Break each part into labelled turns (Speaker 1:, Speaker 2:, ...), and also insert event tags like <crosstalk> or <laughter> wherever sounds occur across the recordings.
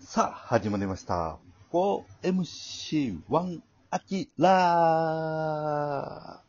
Speaker 1: さあ、始まりました。4MC1 アキラ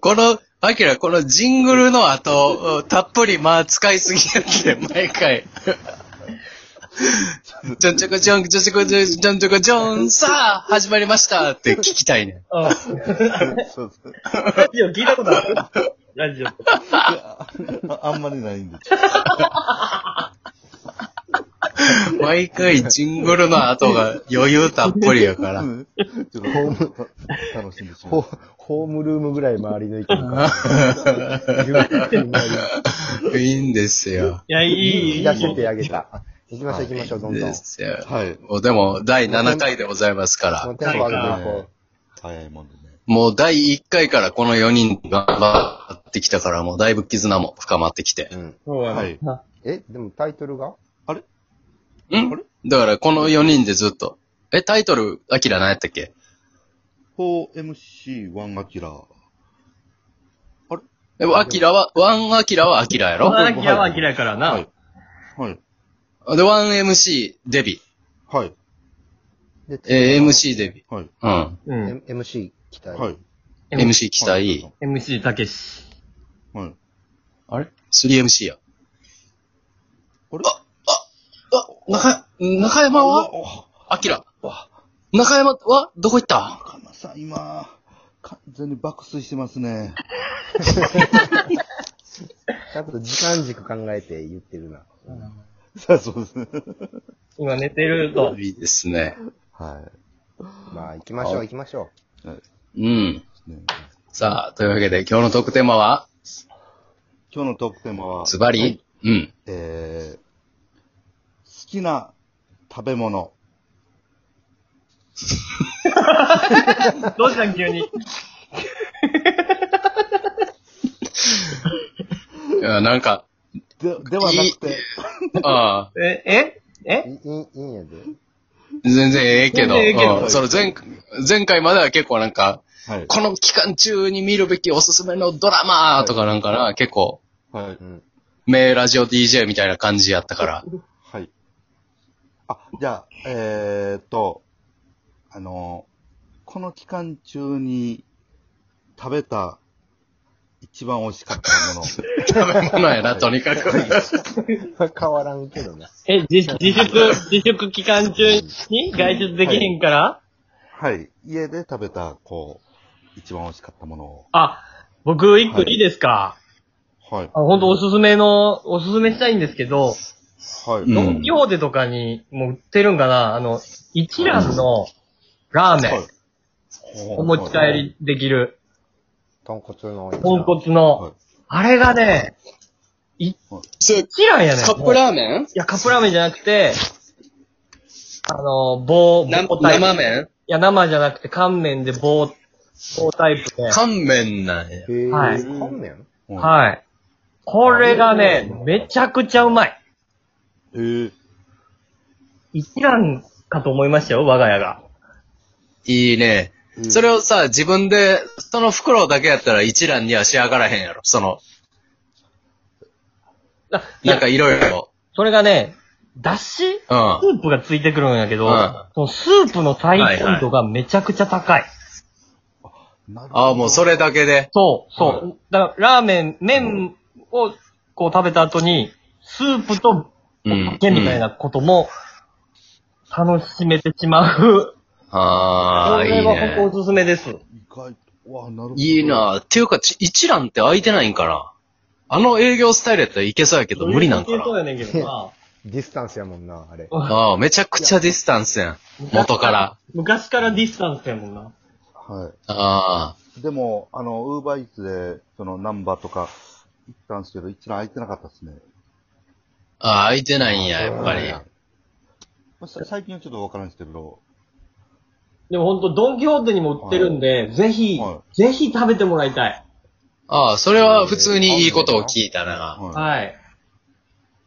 Speaker 2: この、アキラ、このジングルの後、たっぷり、まあ、使いすぎやって、毎回。ちょんちょこちょん、ちょんちょこちょん、ちょんちょこちょん、さあ、始まりましたって聞きたいね。
Speaker 3: あ
Speaker 1: ー <laughs> そうそう
Speaker 3: ラジオ聞いたことあるラジオ。
Speaker 1: ああんまりないんで。
Speaker 2: 毎回、ジングルの後が余裕たっぷりやから
Speaker 1: う。んちょっと楽しんでしま
Speaker 4: ホ
Speaker 1: う。
Speaker 4: ホームルームぐらい周りの意見が。
Speaker 2: いいんですよ。
Speaker 3: いや、いい、いい
Speaker 4: 引き出して手あげた。行きましょう行きましょう、どん
Speaker 2: いい
Speaker 4: どん。
Speaker 2: で
Speaker 4: も
Speaker 2: すよ。
Speaker 1: はい。
Speaker 2: もうでも、第7回でございますから
Speaker 4: う。テンポ上げていこ
Speaker 1: 早いもんでね。
Speaker 2: もう第1回からこの4人頑張ってきたから、もうだいぶ絆も深まってきて。
Speaker 1: うん。
Speaker 3: そうやな
Speaker 1: はい。
Speaker 4: う。え、でもタイトルが
Speaker 2: んだから、この4人でずっと。え、タイトル、アキラ何やったっけ
Speaker 1: 4MC1 アキラ
Speaker 2: え、アキラは、ワンアキラはアキラやろ
Speaker 3: ワンアキラはアキラやから
Speaker 1: は。。
Speaker 3: ない
Speaker 1: はい。
Speaker 2: で、ワン MC デビ。
Speaker 1: はい。
Speaker 4: で、
Speaker 2: えー MC デビ。
Speaker 1: はい。
Speaker 2: うん。
Speaker 3: うん。
Speaker 4: M- MC 期待。
Speaker 1: はい。
Speaker 3: M-
Speaker 2: MC 期待。
Speaker 3: MC たけし。
Speaker 1: はい。
Speaker 2: あれ ?3MC や。
Speaker 1: あれ
Speaker 2: あ、中、中山はアキラ。中山はどこ行った
Speaker 1: かなさん、今、完全に爆睡してます <laughs> ね。
Speaker 4: ちゃんと時間軸考えて言ってるな。
Speaker 1: さあ、そうですね。
Speaker 3: 今寝てると。
Speaker 2: いいですね。
Speaker 1: はい。
Speaker 4: まあ行きましょう行きましょ
Speaker 2: うん。
Speaker 1: ね
Speaker 2: さあ、というわけで今日のトークテーマは、
Speaker 1: 今日のトークテーマは、
Speaker 2: ズバリ、
Speaker 1: はい
Speaker 2: うん。
Speaker 1: えー、好きな食べ物。
Speaker 3: どうしたん急に。
Speaker 2: いやなんか、
Speaker 1: で、ではなくて、
Speaker 2: ああ、
Speaker 3: え、え
Speaker 4: う。
Speaker 3: え
Speaker 4: いい、いいんやで。 <laughs>
Speaker 2: 全然ええけど、
Speaker 3: 全然ええけど
Speaker 2: うんその前、前回までは結構なんか、
Speaker 1: はい。
Speaker 2: この期間中に見るべきおすすめのドラマとかなんかな、結構、
Speaker 1: はい。
Speaker 4: うん。
Speaker 2: 名ラジオ DJ みたいな感じやったから。
Speaker 1: はい。あ、じゃあ、えーっと、あの、この期間中に食べた一番美味しかったもの。
Speaker 2: <laughs> 食べ物やな、とにか
Speaker 3: <laughs>
Speaker 2: く。
Speaker 4: 変わらんけどな。
Speaker 3: え、自自粛、自粛期間中に外出できへんから
Speaker 1: はい。家で食べた、こう、一番美味しかったものを。
Speaker 3: あ、僕一個
Speaker 1: はい
Speaker 3: いいですか
Speaker 1: はい。
Speaker 3: あ、ほんとおすすめの、おすすめしたいんですけど、
Speaker 1: はい。
Speaker 2: うん
Speaker 3: ドンキホーテとかにも売ってるんかなあの、一蘭のラーメ
Speaker 1: は
Speaker 3: ン
Speaker 1: い、
Speaker 3: お持ち帰りできる。
Speaker 4: 豚骨の一
Speaker 3: 豚。
Speaker 4: 番
Speaker 3: 骨の、
Speaker 1: はい
Speaker 3: あれがね、い、
Speaker 2: それ
Speaker 3: 一蘭やねん。
Speaker 2: カップラーメン
Speaker 3: いや、カップラーメンじゃなくて、あの、棒、
Speaker 2: な
Speaker 3: 棒タイプ。
Speaker 2: 生
Speaker 3: い
Speaker 2: 麺
Speaker 3: や、生じゃなくて、乾麺で棒、棒タイプで。
Speaker 2: 乾麺なんや。
Speaker 4: へぇ
Speaker 3: はい
Speaker 4: ー。乾麺
Speaker 1: い。
Speaker 3: はい。これがね、めちゃくちゃうまい。
Speaker 1: えー、
Speaker 3: 一蘭かと思いましたよ、我が家が。
Speaker 2: いいね。それをさ、自分で、その袋だけやったら一覧には仕上がらへんやろ。その、
Speaker 3: あい
Speaker 2: なん
Speaker 3: や
Speaker 2: か、いろいろ。
Speaker 3: それがね、だし
Speaker 2: う
Speaker 3: ス
Speaker 2: ん。
Speaker 3: ープがついてくるんやけど、
Speaker 2: うん
Speaker 3: そのスープの最高度がめちゃくちゃ高い
Speaker 1: なるほど
Speaker 2: ああ、もうそれだけで。
Speaker 3: そう、そう。だから、ラーメン、麺をこう食べた後に、スープと
Speaker 2: うん
Speaker 3: かけみたいなことも、楽しめてしまう。
Speaker 2: あ
Speaker 3: こ
Speaker 2: あ、いい
Speaker 3: れは本
Speaker 2: ね。
Speaker 3: 当おすすめです。
Speaker 1: 意外と、わあ、なるほど。
Speaker 2: いい。なっていうか、ち一覧って空いてないんかなあの営業スタイルやったらいけそうやけど、無理なんかな
Speaker 3: そうやねんけどな。
Speaker 4: ディスタンスやもんな、あれ。
Speaker 2: ああ、めちゃくちゃディスタンスやん。元から。
Speaker 3: <laughs> 昔からディスタンスやもんな。
Speaker 1: は
Speaker 2: あ
Speaker 1: い。でも、あの、ウーバーイーツで、その、ナンバーとか、行ったんですけど、一覧空いてなかったですね。
Speaker 2: あ、ああ、空いてないんや、やっぱり。
Speaker 1: まあ、さ最近はちょっとわからないですけど、
Speaker 3: でも本当ドンキホーテにも売ってるんで、ぜひ
Speaker 1: は、
Speaker 3: ぜひ食べてもらいたい。
Speaker 2: ああ、それは普通にいいことを聞いたな。
Speaker 1: はい。
Speaker 3: はい。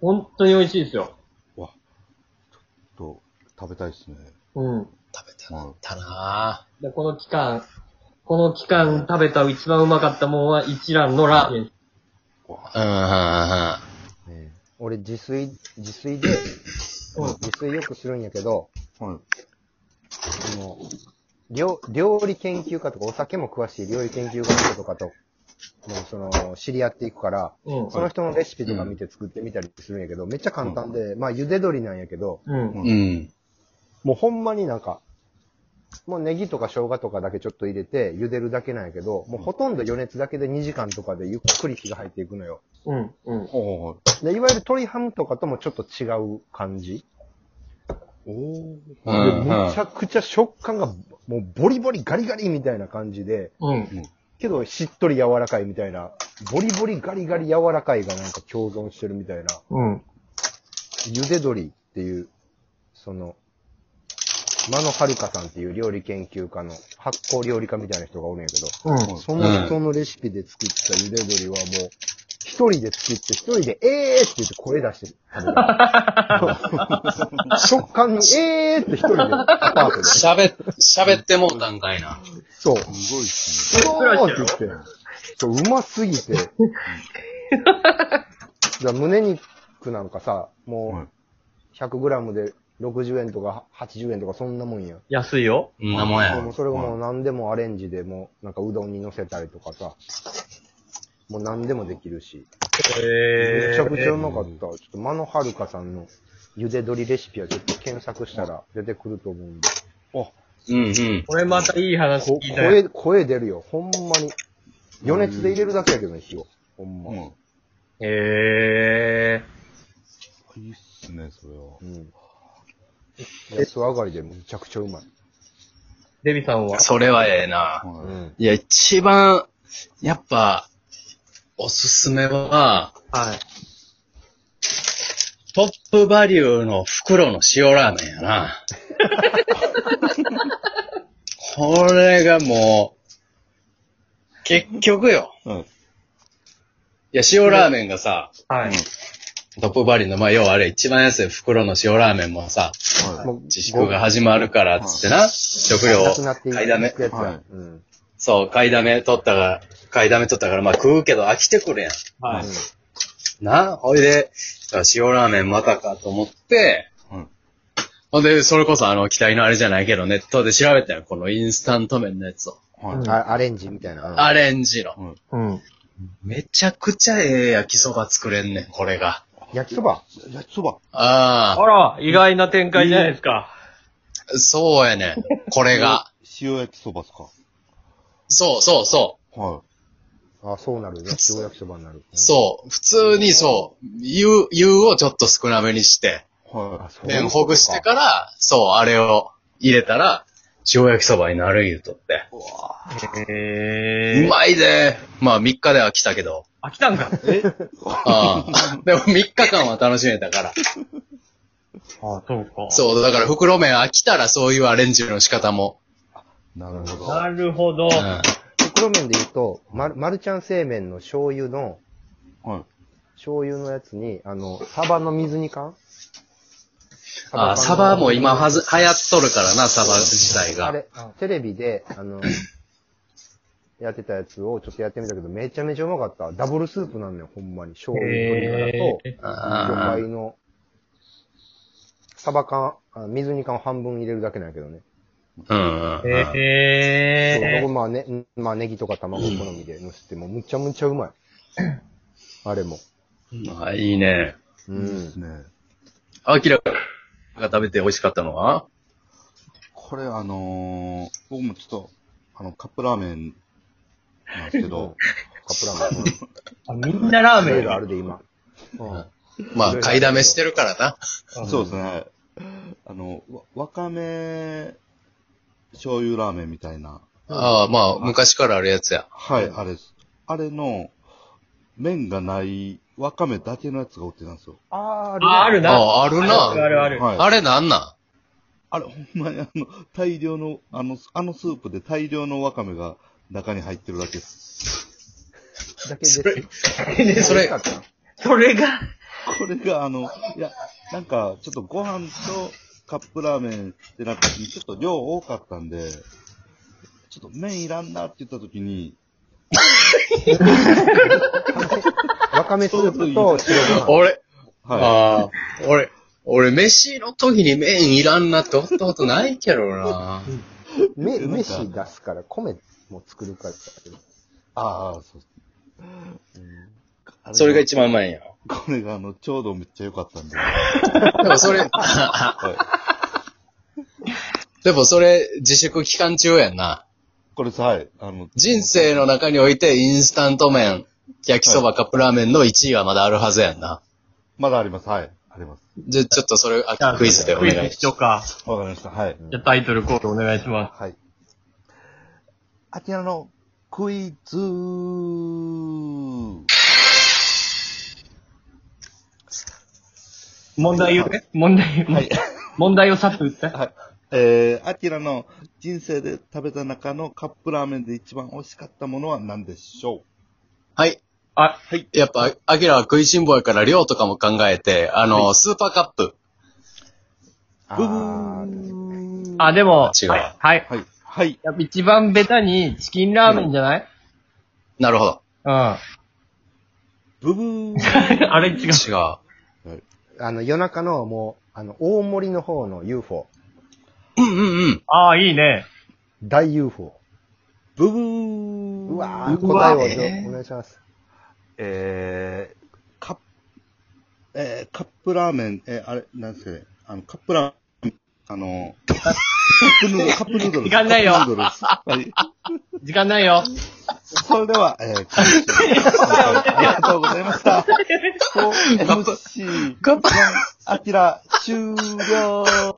Speaker 3: 本当に美味しいですよ。
Speaker 1: と、食食べたいですね。
Speaker 3: うん。
Speaker 2: 食べて
Speaker 1: うん
Speaker 2: たな
Speaker 3: でこの期間、この期間食べた一番うまかったもんは一蘭のラーメン。
Speaker 2: ぁ。うんうんうん。
Speaker 4: ね俺、自炊、自炊で、自炊よくするんやけど、
Speaker 1: はい。
Speaker 4: その、料料理研究家とか、お酒も詳しい料理研究家の人とかと、もうその、知り合っていくから、
Speaker 3: うん。
Speaker 4: その人のレシピとか見て作ってみたりするんやけど、めっちゃ簡単で、まあ、茹で鶏なんやけど、
Speaker 3: うん。
Speaker 2: うん。
Speaker 4: もうほんまになんか、もうネギとか生姜とかだけちょっと入れて茹でるだけなんやけど、もうほとんど余熱だけで2時間とかでゆっくり火が入っていくのよ。
Speaker 3: うん。うん。
Speaker 1: おー
Speaker 4: で、いわゆる鶏ハムとかともちょっと違う感じ。
Speaker 1: お
Speaker 2: う
Speaker 4: で
Speaker 2: ん。
Speaker 4: めちゃくちゃ食感がもうボリボリガリガリみたいな感じで、
Speaker 3: うん。
Speaker 4: けどしっとり柔らかいみたいな、ボリボリガリガリ柔らかいがなんか共存してるみたいな、
Speaker 3: うん。
Speaker 4: 茹で鶏っていう、その、間野遥さんっていう料理研究家の発酵料理家みたいな人がおるんやけど、
Speaker 3: うん。
Speaker 4: その人のレシピで作った茹で鶏はもう、一人で作って、一人で、えーって言って声出して食べる。食感に、えーって一人で、アパートで。
Speaker 2: 喋っ、喋ってもうたんかいな。
Speaker 4: そう。
Speaker 1: すごいっす
Speaker 4: そうって言って。そう、うますぎて。だから胸肉なんかさ、
Speaker 1: ね。は
Speaker 4: も
Speaker 1: いう
Speaker 4: 100g で60円とか80円とかそんなもんや。
Speaker 3: 安いよ。
Speaker 2: んなもん
Speaker 4: で
Speaker 2: や
Speaker 4: も。それがもう何でもアレンジでもう、なんかうどんに乗せたりとかさ、もう何でもできるし。めちゃくちゃうまかった。ちょっと、間野遥さんの茹で鶏レシピはちょっと検索したら出てくると思うんで。
Speaker 2: うんうん。
Speaker 3: これまたいい話
Speaker 4: こ
Speaker 3: 聞いたよ。
Speaker 4: 声、声出るよ。ほんまに。余熱で入れるだけやけどね、火を。ほんま。
Speaker 1: うん。
Speaker 3: へ
Speaker 1: いいっすね、それは。
Speaker 4: うん。安上がりでむちゃくちゃうまい。
Speaker 3: ー。デビさんは
Speaker 2: それはええな。
Speaker 4: う
Speaker 1: はい。
Speaker 4: ん。
Speaker 2: いや、一番、やっぱ、おすすめは、
Speaker 3: はい。
Speaker 2: トップバリューの袋の塩ラーメンやな。これがもう、結局よ。
Speaker 1: うん。
Speaker 2: いや、塩ラーメンがさ、
Speaker 3: はい。
Speaker 2: トップバリューの、まあ、要はあれ一番安い袋の塩ラーメンもさ、
Speaker 1: は
Speaker 4: もう
Speaker 2: 自粛が始まるから、つってな、食料
Speaker 4: な
Speaker 2: を
Speaker 4: くなっていく
Speaker 2: 買いだめ、
Speaker 4: やつや
Speaker 1: はい
Speaker 4: うん。
Speaker 2: そう、買いだめ取ったが、買いだめ取ったから、まあ食うけど飽きてくるやん。
Speaker 3: はい。
Speaker 2: な、ほいで、塩ラーメンまたかと思って、
Speaker 1: い。はい。
Speaker 2: ほんで、それこそあの、期待のあれじゃないけど、ネットで調べたよ、このインスタント麺のやつを。
Speaker 1: はい。
Speaker 4: うんあアレンジみたいな。うん
Speaker 2: アレンジの。
Speaker 3: うん。
Speaker 2: めちゃくちゃええ焼きそば作れんねん、これが。
Speaker 4: 焼きそば
Speaker 1: 焼きそば。
Speaker 3: あ
Speaker 2: あ
Speaker 3: ら、意外な展開じゃないですか。
Speaker 2: あ、そうやねん、これが。
Speaker 1: 塩焼きそばっすか。
Speaker 2: <laughs> そうそうそ
Speaker 1: は
Speaker 4: あ、そうなるね。塩焼きそばになる。
Speaker 2: う。そう。普通にそう、湯、湯をちょっと少なめにして、
Speaker 1: い。は
Speaker 4: そう
Speaker 2: 麺ほぐしてから、そう、あれを入れたら、塩焼きそばになる言うとって。
Speaker 3: へ
Speaker 2: うまいでまあ3日で飽きたけど。
Speaker 3: 飽きたんか。
Speaker 2: あ <laughs> あ。でも3日間は楽しめたから。
Speaker 3: あ、そうか。
Speaker 2: そう、だから袋麺飽きたらそういうアレンジの仕方も。
Speaker 1: い。なるほど。
Speaker 3: なるほど。
Speaker 2: うん。
Speaker 4: 袋麺で言うと、まる、まるちゃん製麺の醤油の、
Speaker 1: はい。
Speaker 4: 醤油のやつに、あの、サバの水煮缶
Speaker 2: ああ、サバも今はず、流行っとるからな、サバ自体
Speaker 4: あ
Speaker 2: が。
Speaker 4: れ、テレビで、あの、やってたやつをちょっとやってみたけど、めちゃめちゃうまかった。ダブルスープなんだよ、ほんまに。醤油と
Speaker 3: へ
Speaker 4: 鶏ガラと、
Speaker 2: あ
Speaker 4: 魚介の、サバ缶、あ水煮缶を半分入れるだけなんやけどね。
Speaker 2: あ。うんうんうん。
Speaker 4: そうそ
Speaker 3: へ
Speaker 4: こ
Speaker 3: ー。
Speaker 4: まあね、まあネギとか卵好みで乗せて、もうむちゃむちゃうまい。あれも。
Speaker 2: ああ、いいね。
Speaker 4: う
Speaker 1: で
Speaker 4: ん
Speaker 1: す。ね。
Speaker 2: アキラが食べて美味しかったのは
Speaker 1: これあのー、僕もちょっと、あの、カップラーメンなんですけど、
Speaker 4: カップラーメン。
Speaker 3: あみんなラー
Speaker 4: いろ
Speaker 3: メ
Speaker 4: い
Speaker 3: ン
Speaker 4: ろあ
Speaker 3: が。
Speaker 4: るで、今。うん
Speaker 2: まあ、買いだめしてるからな。
Speaker 1: そうですね。あの、わわかめ醤油ラーメンみたいな。
Speaker 2: ああ、まあ、昔からあるやつや。
Speaker 1: はい、あれです。あれの、麺がない、わかめだけのやつが売ってたんですよ。
Speaker 4: あー、
Speaker 3: あ、ある
Speaker 2: あ
Speaker 3: な。
Speaker 2: あ、ある
Speaker 3: あるあ
Speaker 2: な。
Speaker 3: るある。
Speaker 1: はい。
Speaker 2: あれなんなん
Speaker 1: あれ、ほんまにあの、大量の、あの、あのスープで大量のわかめが中に入ってるだけです。
Speaker 4: だけで。
Speaker 2: でそれ、
Speaker 3: それが、
Speaker 1: これがあの、いや、なんか、ちょっとご飯とカップラーメンってなった時に、ちょっと量多かったんで、ちょっと麺いらんなって言った時に、
Speaker 4: わかめスープと白ご飯。
Speaker 2: 俺、
Speaker 1: は
Speaker 2: ああ、俺、俺、飯の時に麺いらんなって思ったことないけどな。
Speaker 4: め、飯出すから、米も作るから。
Speaker 1: い。ああ、そう。あ
Speaker 2: それが一番前や。
Speaker 1: これがあの、ちょうどめっちゃ良かったんで。
Speaker 2: でもそれ、
Speaker 1: はい。
Speaker 2: でもそれ、自粛期間中やんな。
Speaker 1: これさ、はい。あの、
Speaker 2: 人生の中においてインスタント麺、焼きそば、カップラーメンの1位はまだあるはずやんな。
Speaker 1: まだあります。はい。あります。
Speaker 2: じゃ、ちょっとそれ、あクイズでお願い
Speaker 3: クイズに
Speaker 2: し
Speaker 3: しようか。
Speaker 1: わかりました。はい。
Speaker 3: じゃあタイトルコールお願いしま
Speaker 1: はい。あちらのクイズ
Speaker 3: す。問題をね、問題を、 <laughs>
Speaker 1: はい。
Speaker 3: 問題をさっと言って。
Speaker 1: はい。えー、アキラの人生で食べた中のカップラーメンで一番美味しかったものは何でしょ
Speaker 2: はい。
Speaker 3: あ、
Speaker 2: やっぱ、アキラは食いしん坊やから量とかも考えて、あの、スーパーカップ。
Speaker 1: う
Speaker 4: あ
Speaker 1: ブブ
Speaker 4: ー
Speaker 1: ーン
Speaker 3: あ、でも、
Speaker 2: 違う
Speaker 3: はい。はい
Speaker 1: はい。はい。
Speaker 3: やっぱ一番ベタにチキンラーメンじゃない
Speaker 2: なるほ <laughs> ど。
Speaker 3: <laughs> うん。あ
Speaker 1: ブブーン
Speaker 3: れ違う。
Speaker 2: 違う。
Speaker 4: あの、夜中のもう、あの、大森の方の UFO。
Speaker 2: うんうんうん。
Speaker 3: ああ、いいね。
Speaker 4: 大 UFO。
Speaker 1: ブブーン
Speaker 4: うわー
Speaker 3: うわ
Speaker 4: 答えをじ
Speaker 2: えー
Speaker 4: ゃお願いします。
Speaker 1: えー、カップ、えー、カップラーメン、えー、あれ、なんですかね、あの、カップラーメン、あの、カップヌードル、カップヌードル。
Speaker 3: いかんないよ
Speaker 1: カップヌードルですはい。
Speaker 3: 時間ないよ。
Speaker 1: それでは、えー、今週もありがとうござい
Speaker 3: <laughs>
Speaker 1: ました。こう MC、
Speaker 2: カップ
Speaker 1: アキラ、終了